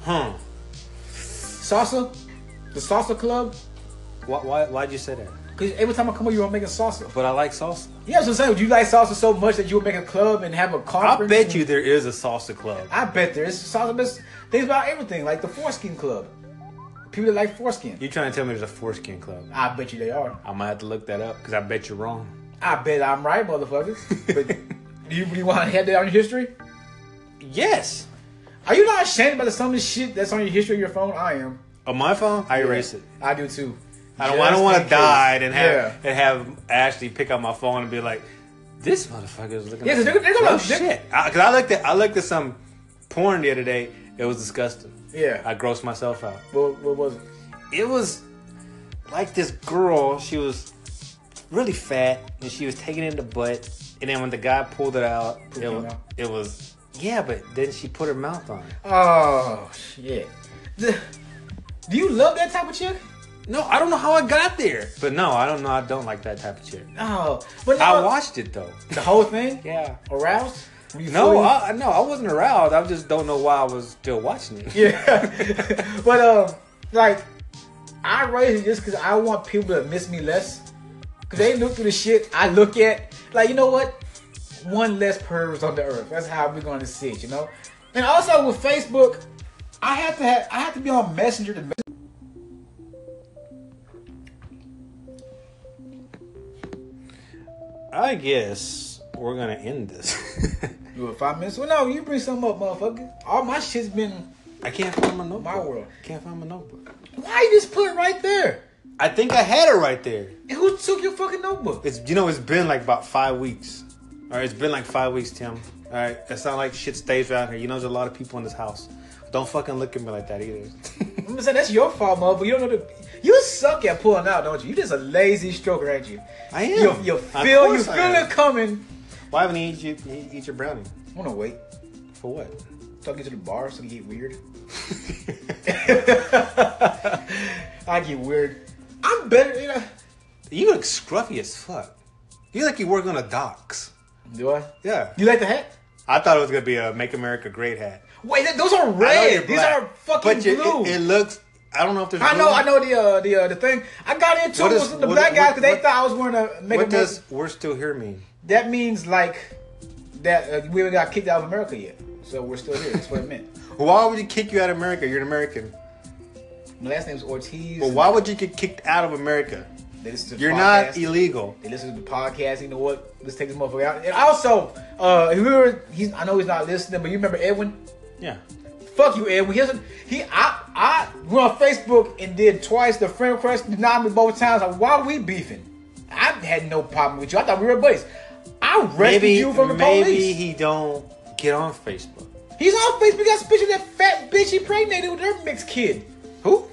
S1: Huh?
S2: Salsa, the salsa club.
S1: Why? Why? Why'd you say that?
S2: Cause every time I come over, you want to make a salsa.
S1: But I like salsa.
S2: Yeah, that's what I'm saying. You like salsa so much that you would make a club and have a
S1: I
S2: conference.
S1: bet
S2: and-
S1: you there is a salsa club.
S2: I bet there is salsa best things about everything, like the foreskin club. People that like foreskin.
S1: You trying to tell me there's a foreskin club?
S2: I bet you they are.
S1: I might have to look that up because I bet you're wrong.
S2: I bet I'm right, motherfuckers. But do you really want to head down your history?
S1: Yes.
S2: Are you not ashamed about some of the shit that's on your history of your phone? I am.
S1: On my phone, I erase it.
S2: I do too.
S1: I don't. I don't
S2: Just
S1: want
S2: in
S1: to
S2: case.
S1: die and have
S2: Yeah.
S1: and have Ashley pick up my phone and be like, "This motherfucker is looking."
S2: Yeah,
S1: at
S2: they're- they're gonna-
S1: oh,
S2: they're-
S1: shit. Because I, looked at I looked at some porn the other day. It was disgusting.
S2: Yeah.
S1: I grossed myself out.
S2: what, what was it?
S1: it was like this girl. She was really fat, and she was taking in the butt. And then when the guy pulled it out, it,
S2: came
S1: wa-
S2: out.
S1: it was yeah. But then she put her mouth on it.
S2: Oh shit. The- do you love that type of chick?
S1: No, I don't know how I got there. But no, I don't know. I don't like that type of chick.
S2: Oh, but
S1: I
S2: now-
S1: watched it though.
S2: the whole thing.
S1: Yeah.
S2: Aroused? Were you
S1: No,
S2: fully-
S1: I, no, I wasn't aroused. I just don't know why I was still watching it.
S2: Yeah. but um, like I raise it just because I want people to miss me less. Cause they look through the shit I look at. Like you know what? One less pervs on the earth. That's how we're going to see it. You know. And also with Facebook, I have to have I have to be on Messenger to. Mess-
S1: I guess we're gonna end this.
S2: you have five minutes? Well, no, you bring something up, motherfucker. All my shit's been.
S1: I can't find my notebook.
S2: My world.
S1: Can't find my notebook.
S2: Why you just put it right there?
S1: I think I had it right there.
S2: And who took your fucking notebook?
S1: It's you know it's been like about five weeks. All right, it's been like five weeks, Tim. All right, it's not like shit stays around here. You know, there's a lot of people in this house. Don't fucking look at me like that either.
S2: I'm gonna say that's your fault, motherfucker. You don't know the. You suck at pulling out, don't you? You just a lazy stroker, ain't you?
S1: I am.
S2: You, you
S1: Of
S2: feel you
S1: course I
S2: feel
S1: am.
S2: it coming.
S1: Why haven't you eat your, you eat your brownie?
S2: I'm gonna wait.
S1: For what?
S2: Till I get to the bar so I can get weird. I get weird. I'm better, you know.
S1: You look scruffy as fuck. You look like you work on the docks.
S2: Do I?
S1: Yeah.
S2: You like the hat?
S1: I thought it was gonna be a Make America Great hat.
S2: Wait, th- those are
S1: I know you're
S2: red. These
S1: black,
S2: are fucking
S1: but you- it-
S2: blue.
S1: It, looks. I don't know if there's.
S2: I know,
S1: blue.
S2: I know the uh, the uh, the thing. I got into
S1: What
S2: it
S1: is-
S2: with the
S1: what-
S2: black
S1: what-
S2: guys because they
S1: what-
S2: thought I was wearing a make
S1: What
S2: a
S1: does "we're still here" mean?
S2: That means like that uh, we haven't got kicked out of America yet, so we're still here. That's what it meant.
S1: Why would you kick you out of America? You're an American.
S2: My last name is Ortiz.
S1: Well, why would you get kicked out of America?
S2: They listen to the
S1: You're not
S2: podcast.
S1: illegal.
S2: They listen to the podcast. You know what? Let's take this motherfucker out. And also, uh, if you remember, he's I know he's not listening, but you remember Edwin?
S1: Yeah.
S2: Fuck you, Edwin. He doesn't. He I I went on Facebook and did twice the friend request, denied me both times. Like, why we beefing? I had no problem with you. I thought we were buddies. I rescued
S1: Maybe
S2: you from the
S1: maybe
S2: police.
S1: he don't get on Facebook.
S2: He's on Facebook. Got a picture of that fat bitch he pregnant with her mixed kid.
S1: Who?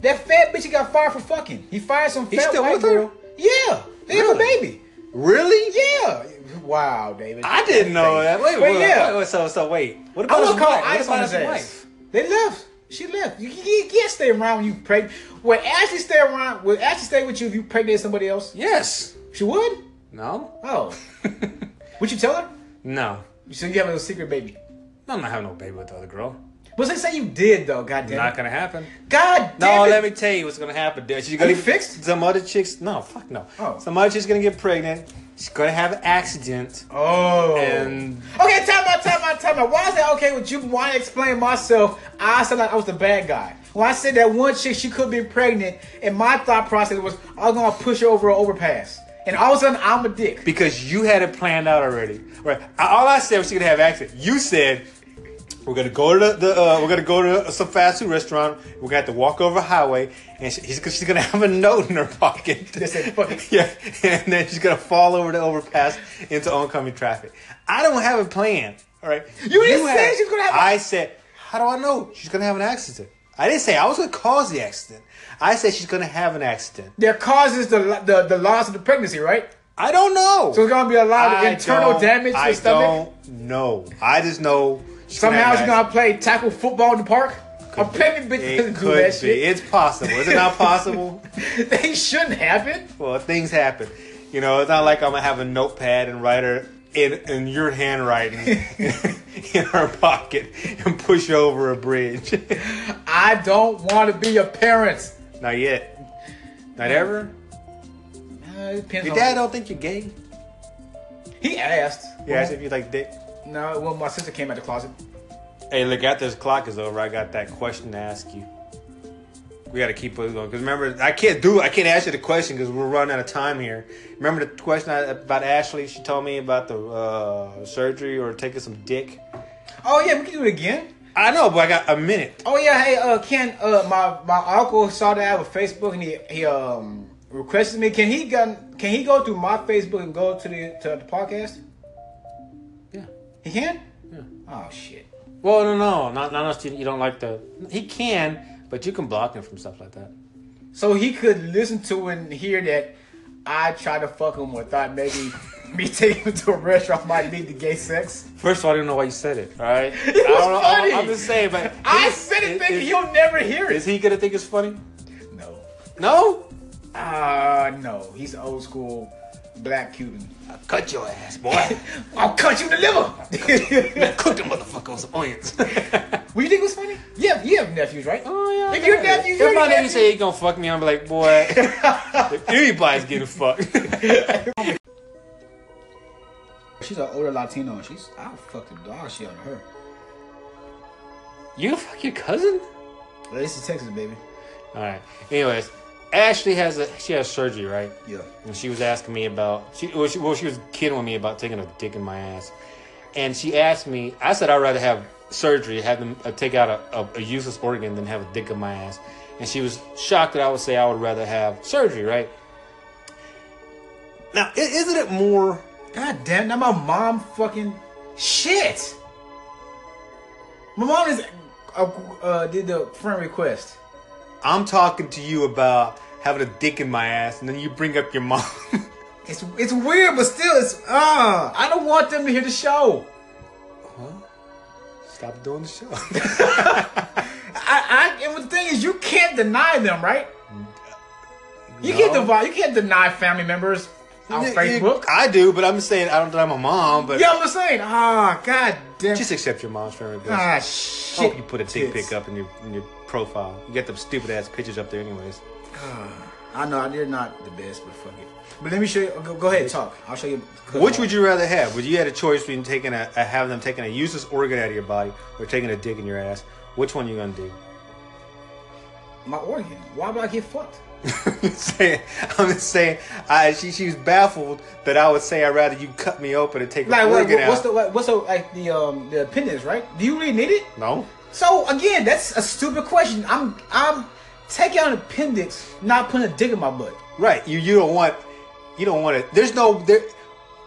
S2: That fat bitch he got fired for fucking. He fired some
S1: He's
S2: fat
S1: still
S2: white
S1: with her?
S2: girl. Yeah, they have a
S1: Really?
S2: baby.
S1: Really?
S2: Yeah. Wow, David.
S1: I didn't know that. Wait,
S2: But
S1: wait,
S2: yeah.
S1: wait, wait, so so wait. What
S2: I
S1: about his
S2: would
S1: wife?
S2: call
S1: What
S2: ice on
S1: about
S2: his
S1: his
S2: ass.
S1: wife?
S2: They left. She left. You, you, you can't stay around when you pregnant. Would Ashley stay around? Would Ashley stay with you if you pregnant somebody else?
S1: Yes.
S2: She would.
S1: No.
S2: Oh, would you tell her?
S1: No.
S2: So you have a little secret baby.
S1: I'm not having no baby with the other girl.
S2: But let's say you did though. God damn.
S1: Not
S2: It.
S1: gonna happen.
S2: God damn.
S1: No,
S2: it.
S1: let me tell you what's gonna happen. dude. She's gonna
S2: you fixed?
S1: Some other chicks. No, fuck no.
S2: Oh.
S1: Some other chick's gonna get pregnant. She's gonna have an accident.
S2: Oh.
S1: And-
S2: okay, time out, time out, time out. Why is that okay with you? Why I explain myself? I said like I was the bad guy. When I said that one chick she could be pregnant, and my thought process was I was gonna push her over an overpass, and all of a sudden I'm a dick.
S1: Because you had it planned out already. Right. I- All I said was she's gonna have an accident. You said we're gonna go to the, the uh, we're gonna go to some fast food restaurant. We're gonna have to walk over a highway, and she, he's, she's gonna have a note in her pocket.
S2: That said, "Fuck it."
S1: yeah, and then she's gonna fall over the overpass into oncoming traffic. I don't have a plan. All right,
S2: You didn't say she's gonna have a-
S1: I said, how do I know she's gonna have an accident? I didn't say I was gonna cause the accident. I said she's gonna have an accident.
S2: That causes the, the the loss of the pregnancy, right?
S1: I don't know.
S2: So it's gonna be a lot of
S1: I
S2: internal
S1: don't-
S2: damage to
S1: I
S2: the stomach.
S1: don't know. I just know she's gonna
S2: Somehow
S1: have
S2: she's
S1: an
S2: gonna play tackle football in the park. a pregnant
S1: accident.
S2: bitch doesn't
S1: It
S2: do that
S1: could be.
S2: shit.
S1: It's possible. Is it not possible?
S2: they shouldn't happen.
S1: well, things happen. You know, it's not like I'm gonna have a notepad and write her in in your handwriting in her pocket and push her over a bridge.
S2: I don't want to be your parents.
S1: not yet. Not ever.
S2: Uh, it depends
S1: Your
S2: on-
S1: dad don't think you're gay.
S2: He asked.
S1: He asked if you like dick.
S2: No, well, my sister came out the closet.
S1: Hey, look, after this clock is over, I got that question to ask you. We got to keep it going because remember, I can't do, I can't ask you the question because we're running out of time here. Remember the question I, about Ashley? She told me about the uh, surgery or taking some dick.
S2: Oh yeah, we can do it again.
S1: I know, but I got a minute.
S2: Oh yeah, hey, uh, Ken, uh, my my uncle saw that I have a Facebook and he he um requested me. Can he go, Can he go through my Facebook and go to the to the podcast?
S1: Yeah.
S2: He can. Oh shit.
S1: Well, no, no, not not unless you, you don't like the. He can, but you can block him from stuff like that.
S2: So he could listen to and hear that I tried to fuck him or thought maybe me taking him to a restaurant might lead to gay sex.
S1: First of all, I didn't know why you said it. All right, I
S2: It was
S1: don't know.
S2: funny.
S1: I'm just saying, but
S2: I
S1: is-
S2: said it
S1: is-
S2: thinking
S1: is-
S2: he'll never hear
S1: Is
S2: it.
S1: he gonna think it's funny?
S2: No.
S1: No.
S2: Uh no. He's an old school black Cuban.
S1: Cut your ass, boy.
S2: I'll cut you in the liver.
S1: cook the motherfucker with some onions.
S2: what you think was funny? You have, you have nephews, right?
S1: oh yeah.
S2: If your nephew-
S1: if
S2: your
S1: my
S2: nephew-
S1: nephew say he gonna fuck me, I'm be like, boy, if anybody's getting fucked.
S2: She's an older Latino. and She's I'll fuck the dog shit out of her.
S1: you gonna fuck your cousin?
S2: But this is Texas, baby.
S1: All right. Anyways, Ashley has a she has surgery, right?
S2: Yeah.
S1: And she was asking me about she well, she well she was kidding with me about taking a dick in my ass, and she asked me. I said I'd rather have surgery, have them uh, take out a, a, a useless organ than have a dick in my ass. And she was shocked that I would say I would rather have surgery, right? Now, i- isn't it more
S2: God damn! Now my mom fucking shit. My mom is uh, uh, did the friend request.
S1: I'm talking to you about having a dick in my ass, and then you bring up your mom.
S2: It's it's weird, but still, it's uh I don't want them to hear the show.
S1: Stop doing the show.
S2: I, I and the thing is, you can't deny them, right? You
S1: No.
S2: can't deny you can't deny family members on
S1: You- you-
S2: Facebook.
S1: I do, but I'm saying I don't deny my mom, but
S2: Yeah, I'm just saying. Ah, god damn.
S1: just accept your mom's friend request.
S2: ah,
S1: I
S2: shit.
S1: hope you put a dick
S2: Tits.
S1: pic up in your in your profile. You got them stupid ass pictures up there, anyways.
S2: I know they're not the best, but fuck it. But let me show you. Go, go ahead, talk. I'll show you.
S1: Which would you rather have? Would you had a choice between taking a, a having them taking a useless organ out of your body or taking a dick in your ass? Which one you gonna do?
S2: my organ? Why would I get fucked?
S1: I'm just saying, I'm just saying. I she she was baffled that I would say I'd rather you cut me open and take an
S2: Like, what,
S1: organ
S2: what's
S1: out.
S2: the what, what's the like the um the appendix, right? Do you really need it?
S1: no,
S2: So again, that's a stupid question. I'm I'm taking out an appendix, not putting a dick in my butt.
S1: right? You you don't want you don't want it. There's no there.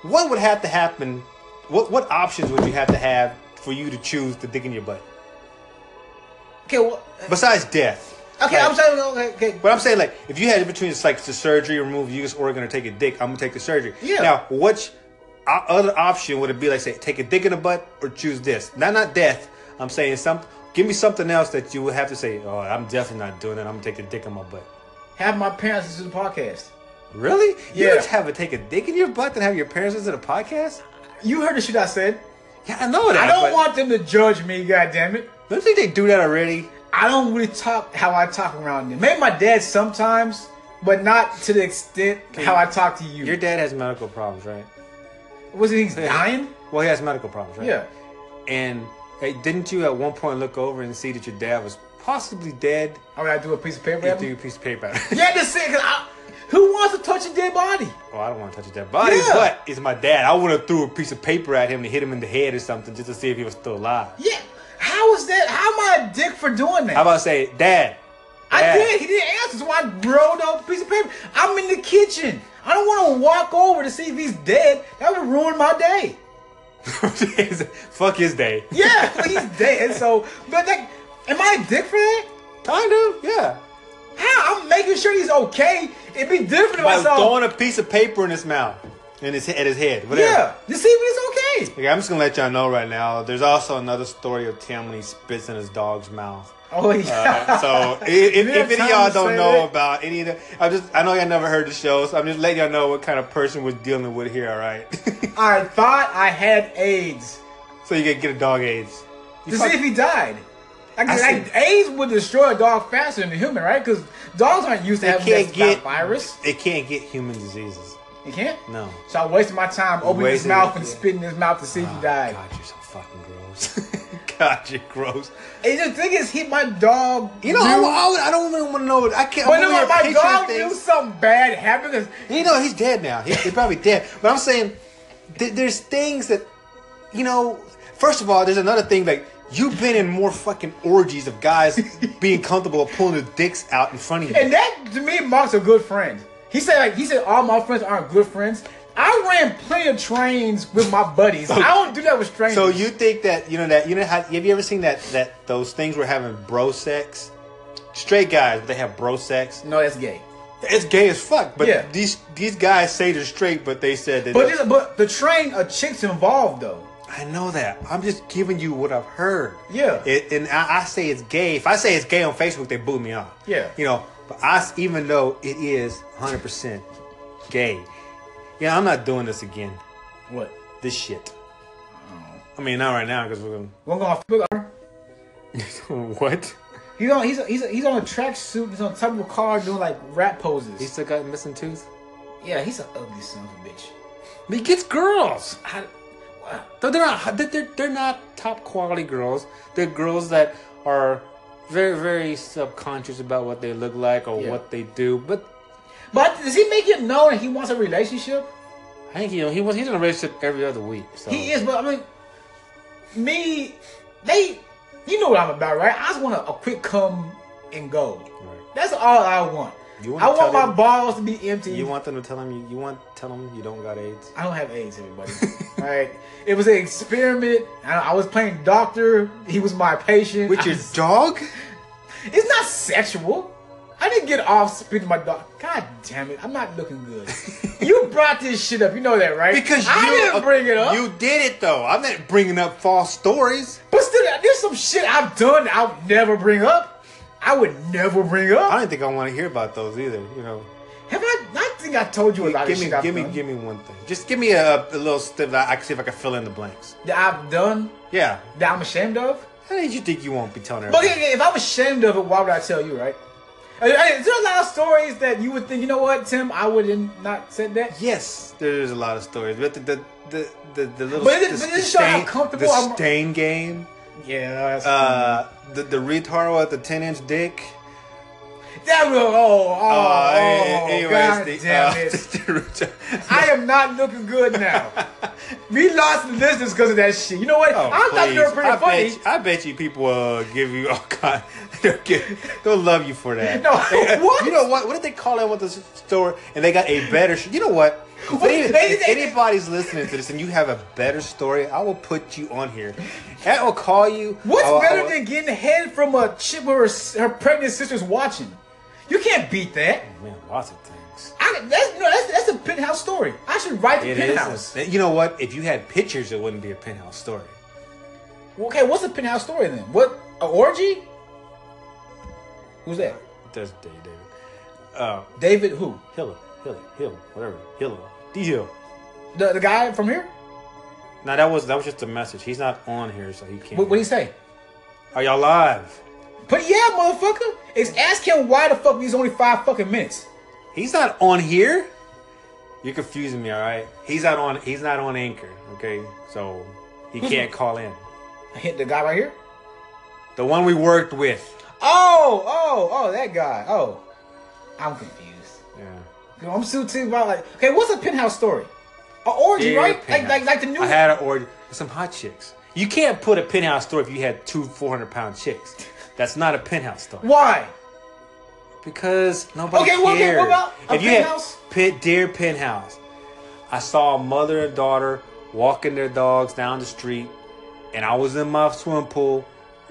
S1: What would have to happen? What what options would you have to have for you to choose the dick in your butt
S2: Okay, well,
S1: besides death?
S2: Okay,
S1: Like-
S2: I'm saying okay. okay.
S1: But I'm saying like if you had in between it's like the surgery remove U's organ or take a dick, I'm gonna take the surgery.
S2: Yeah.
S1: Now which o- other option would it be? Like say take a dick in the butt or choose this. Not not death. I'm saying some. Give me something else that you would have to say. Oh, I'm definitely not doing that. I'm gonna take the dick in my butt.
S2: Have my parents listen to the podcast.
S1: Really?
S2: Yeah.
S1: You just have to take a dick in your butt and have your parents listen to the podcast?
S2: You heard the shit I said.
S1: Yeah, I know that.
S2: I don't
S1: but
S2: want them to judge me. God damn it.
S1: Don't you think they do that already?
S2: I don't really talk how I talk around them. Maybe my dad sometimes, but not to the extent how I talk to you.
S1: Your dad has medical problems, right?
S2: Wasn't he dying?
S1: Well, he has medical problems, right?
S2: Yeah.
S1: And hey, didn't you at one point look over and see that your dad was possibly dead?
S2: I mean, I do a piece of paper.
S1: You
S2: at
S1: threw
S2: him?
S1: a piece of paper at him.
S2: Yeah, just say because who wants to touch a dead body?
S1: Oh, I don't want to touch his dead body,
S2: Yeah.
S1: but it's my dad. I would have threw a piece of paper at him to hit him in the head or something just to see if he was still alive.
S2: Yeah. How is that? How am I a dick for doing that?
S1: How about I say, Dad?
S2: I
S1: Dad,
S2: did. He didn't answer, so I rolled up a piece of paper. I'm in the kitchen. I don't want to walk over to see if he's dead. That would ruin my day.
S1: Fuck his day.
S2: Yeah, but he's dead. So, but like, am I a dick for that?
S1: Kind of, yeah.
S2: How? I'm making sure he's okay. It'd be different if
S1: By
S2: I saw.
S1: throwing a piece of paper in his mouth, in his at his head, whatever.
S2: Yeah, to see if he's okay.
S1: Okay, I'm just gonna let y'all know right now. There's also another story of Tim when he spits in his dog's mouth.
S2: Oh yeah.
S1: Uh, so i- if,
S2: have
S1: if any of
S2: time
S1: y'all
S2: to
S1: don't
S2: say
S1: know
S2: that?
S1: about any of the, I just I know y'all never heard the show, so I'm just letting y'all know what kind of person we're dealing with here. All right, Uh,
S2: I thought I had AIDS.
S1: so you can get a dog AIDS. You
S2: to
S1: fuck-
S2: see if he died. Like,
S1: I see.
S2: like, AIDS would destroy a dog faster than a human, right? Because dogs aren't used to
S1: They
S2: having
S1: can't
S2: that
S1: get-
S2: virus.
S1: it can't get human diseases.
S2: You can't.
S1: No.
S2: So I wasted my time opening his
S1: wasted
S2: mouth
S1: it,
S2: and
S1: yeah.
S2: spitting his mouth to see if
S1: Oh,
S2: he died.
S1: God, you're so fucking gross. God, you're gross.
S2: And the thing is, he my dog.
S1: You know, I,
S2: knew-
S1: I, would- I don't even want to know. I can't.
S2: but
S1: I'm
S2: no,
S1: over here
S2: my
S1: picturing
S2: dog knew
S1: things.
S2: something bad happened. 'cause-
S1: You know, he's dead now. He, he's probably dead. But I'm saying, th- there's things that, you know, first of all, there's another thing like you've been in more fucking orgies of guys being comfortable of pulling their dicks out in front of you.
S2: And that to me marks a good friend. He said like he said all my friends aren't good friends. I ran plenty of trains with my buddies. I don't do that with strangers.
S1: so you think that you know that you know how have you ever seen that that those things were having bro sex? Straight guys, they have bro sex.
S2: no, that's gay.
S1: It's gay as fuck, but
S2: Yeah.
S1: these these guys say they're straight, but they said that.
S2: But this, but the train of chicks involved though.
S1: I know that. I'm just giving you what I've heard.
S2: Yeah.
S1: It, and I, I say it's gay. If I say it's gay on Facebook, they boo me off.
S2: Yeah.
S1: You know, but I, s- even though it is 100% gay, yeah, I'm not doing this again.
S2: What?
S1: This shit. I mean, not right now because we're
S2: We're going to Facebook.
S1: gonna. what?
S2: He's on he's he's he's on a tracksuit. He's on top of a car doing like rap poses.
S1: He still got missing tooth.
S2: yeah, he's an ugly son of a bitch.
S1: He gets girls.
S2: I, wow.
S1: Though they're not, they're- they're, they're not top quality girls. They're girls that are very, very subconscious about what they look like or
S2: Yeah.
S1: what they do, but
S2: But does he make you know that he wants a relationship?
S1: I think you know, he was he's in a relationship every other week. So
S2: He is, but I mean, me, they, you know what I'm about, right? I just want a, a quick come and go.
S1: Right.
S2: That's all I want.
S1: You wanna
S2: I want
S1: tell
S2: my
S1: them-
S2: balls to be empty.
S1: You want them to tell him you, you want tell him you don't got AIDS.
S2: I don't have AIDS, everybody. all right, it was an experiment. I, I was playing doctor. He was my patient. I was-
S1: dog?
S2: It's not sexual. I didn't get off spitting my dog. God damn it! I'm not looking good. you brought this shit up. You know that, right?
S1: Because
S2: I
S1: you,
S2: didn't bring it up.
S1: You did it though. I'm not bringing up false stories.
S2: But still, there's some shit I've done that I would never bring up. I would never bring
S1: I
S2: up.
S1: don't think I want to hear about those either. You know,
S2: Have I? I think I told you a lot
S1: give
S2: of
S1: me
S2: shit I've
S1: give me
S2: done.
S1: give me one thing. Just give me a, a little step that I can see if I can fill in the blanks.
S2: that I've done
S1: Yeah.
S2: that I'm ashamed of.
S1: How did you think you won't be telling
S2: But
S1: everybody?
S2: yeah, yeah, if I'm ashamed of it, why would I tell you, right? I- I- There's a lot of stories that you would think, you know what, Tim, I wouldn't not said that.
S1: Yes, there's a lot of stories, but the the the, the, the little
S2: But it-
S1: the,
S2: but
S1: the
S2: it show how
S1: stain-
S2: comfortable
S1: the
S2: I'm-
S1: stain game.
S2: Yeah, that's
S1: Uh, the the retard with the ten inch dick.
S2: that will. Oh, oh,
S1: Uh,
S2: oh,
S1: anyways,
S2: God
S1: the,
S2: damn
S1: uh,
S2: it!
S1: the retard-
S2: I am not looking good now. we lost listeners because of that shit. You know what?
S1: Oh,
S2: I thought you were
S1: please.
S2: pretty
S1: I
S2: funny.
S1: Bet you, I bet you people uh, give you all kind. They'll, give, they'll love you for that.
S2: No,
S1: They-
S2: what?
S1: You know what? What did they call it with the s- store? And they got a better. Sh- you know what? If, any- if anybody's listening to this and you have a better story, I will put you on here. I will call you. oh,
S2: What's
S1: I will- I
S2: better
S1: will-
S2: than getting head from a chick where her, her pregnant sister's watching? You can't beat that.
S1: Man, lots of things.
S2: I, that's no, that's that's a penthouse story. I should write the
S1: It is.
S2: penthouse.
S1: You know what? If you had pictures, it wouldn't be a penthouse story.
S2: Okay, what's a penthouse story then? What a orgy? Who's that?
S1: That's Dave David. Uh,
S2: David who?
S1: Hilla, Hilla, Hill, whatever. Hilla. D Hill.
S2: The, the guy from here?
S1: Now that was that was just a message. He's not on here, so he can't.
S2: What what he say?
S1: Are y'all live?
S2: But yeah, motherfucker. It's ask him why the fuck he's only five fucking minutes.
S1: He's not on here. You're confusing me, all right? He's not on. He's not on Anchor. Okay, so he can't call in.
S2: I hit the guy right here.
S1: The one we worked with.
S2: Oh, oh, oh, that guy. Oh, I'm confused.
S1: Yeah.
S2: I'm still too about like, okay, what's a penthouse story? A orgy,
S1: Dear
S2: right? Like,
S1: Penthouse.
S2: like, like the new.
S1: I had an orgy with some hot chicks. You can't put a penthouse story if you had two 400 pound chicks. That's not a penthouse story.
S2: Why?
S1: Because nobody
S2: Okay,
S1: cares.
S2: well, okay, what about a
S1: if you had
S2: penthouse?
S1: pit, dear penthouse, I saw a mother and daughter walking their dogs down the street, and I was in my swimming pool.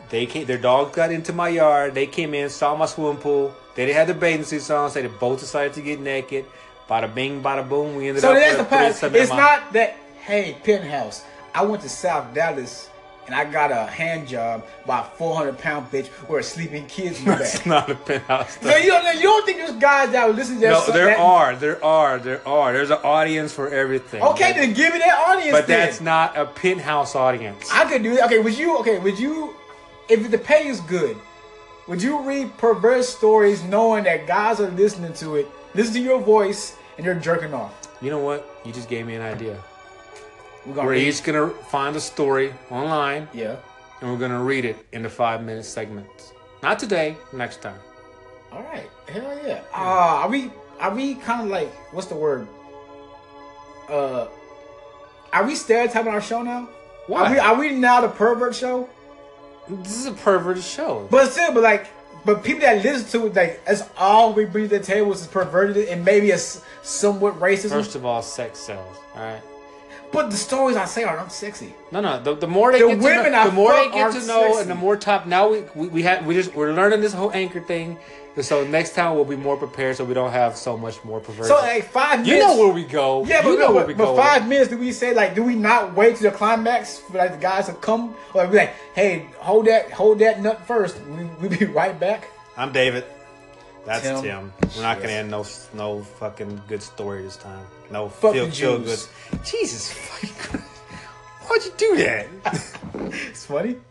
S1: They came, their dogs got into my yard. They came in, saw my swimming pool. They didn't have their bathing suits on, so they both decided to get naked. Bada bing, bada boom. We ended
S2: So
S1: up.
S2: that's the
S1: with a three
S2: part.
S1: seven
S2: It's
S1: amount.
S2: not that. Hey, penthouse. I went to South Dallas and I got a hand job by a 400 pound bitch where a sleeping kids were
S1: It's
S2: back.
S1: not a penthouse.
S2: No, you don't. You don't think there's guys that would listen to that?
S1: No,
S2: song-
S1: there
S2: that-
S1: are, there are, there are. There's an audience for everything.
S2: Okay, then give me that audience.
S1: but
S2: then.
S1: that's not a penthouse audience.
S2: I could do that. Okay, would you? Okay, would you? If the pay is good, would you read perverse stories knowing that guys are listening to it, listen to your voice, and you're jerking off?
S1: You know what? You just gave me an idea.
S2: We're gonna
S1: We're
S2: read.
S1: each gonna find a story online
S2: Yeah.
S1: and we're gonna read it in the five minute segments. Not today, next time.
S2: All right. Hell yeah. Uh, are we? Are we kind of like what's the word? Uh, are we stereotyping our show now?
S1: Why?
S2: Are we, are we now the pervert show?
S1: This is a perverted show.
S2: But still, but like, but people that listen to it, like, that's all we bring to the table is perverted and maybe a s- somewhat racism.
S1: First of all, sex sells. All right.
S2: But the stories I say are not sexy.
S1: No, no. The, the more they
S2: The
S1: get to
S2: women
S1: know,
S2: I
S1: the more they
S2: fuck
S1: get
S2: aren't
S1: to know,
S2: sexy.
S1: and the more top. Now we we, we have we just we're learning this whole anchor thing, and so next time we'll be more prepared, so we don't have so much more perversion.
S2: So like five minutes.
S1: you know where we go.
S2: yeah, but,
S1: you know
S2: but,
S1: where we
S2: but
S1: go.
S2: five minutes. Do we say like? Do we not wait to the climax for like the guys to come, or be like, "Hey, hold that, hold that nut first. We we be right back."
S1: I'm David. That's
S2: Tim.
S1: Tim. We're not gonna end no no fucking good story this time. No
S2: Fuck
S1: feel
S2: the
S1: feel good.
S2: Jews.
S1: Jesus fucking Christ. Why'd you do that?
S2: It's funny.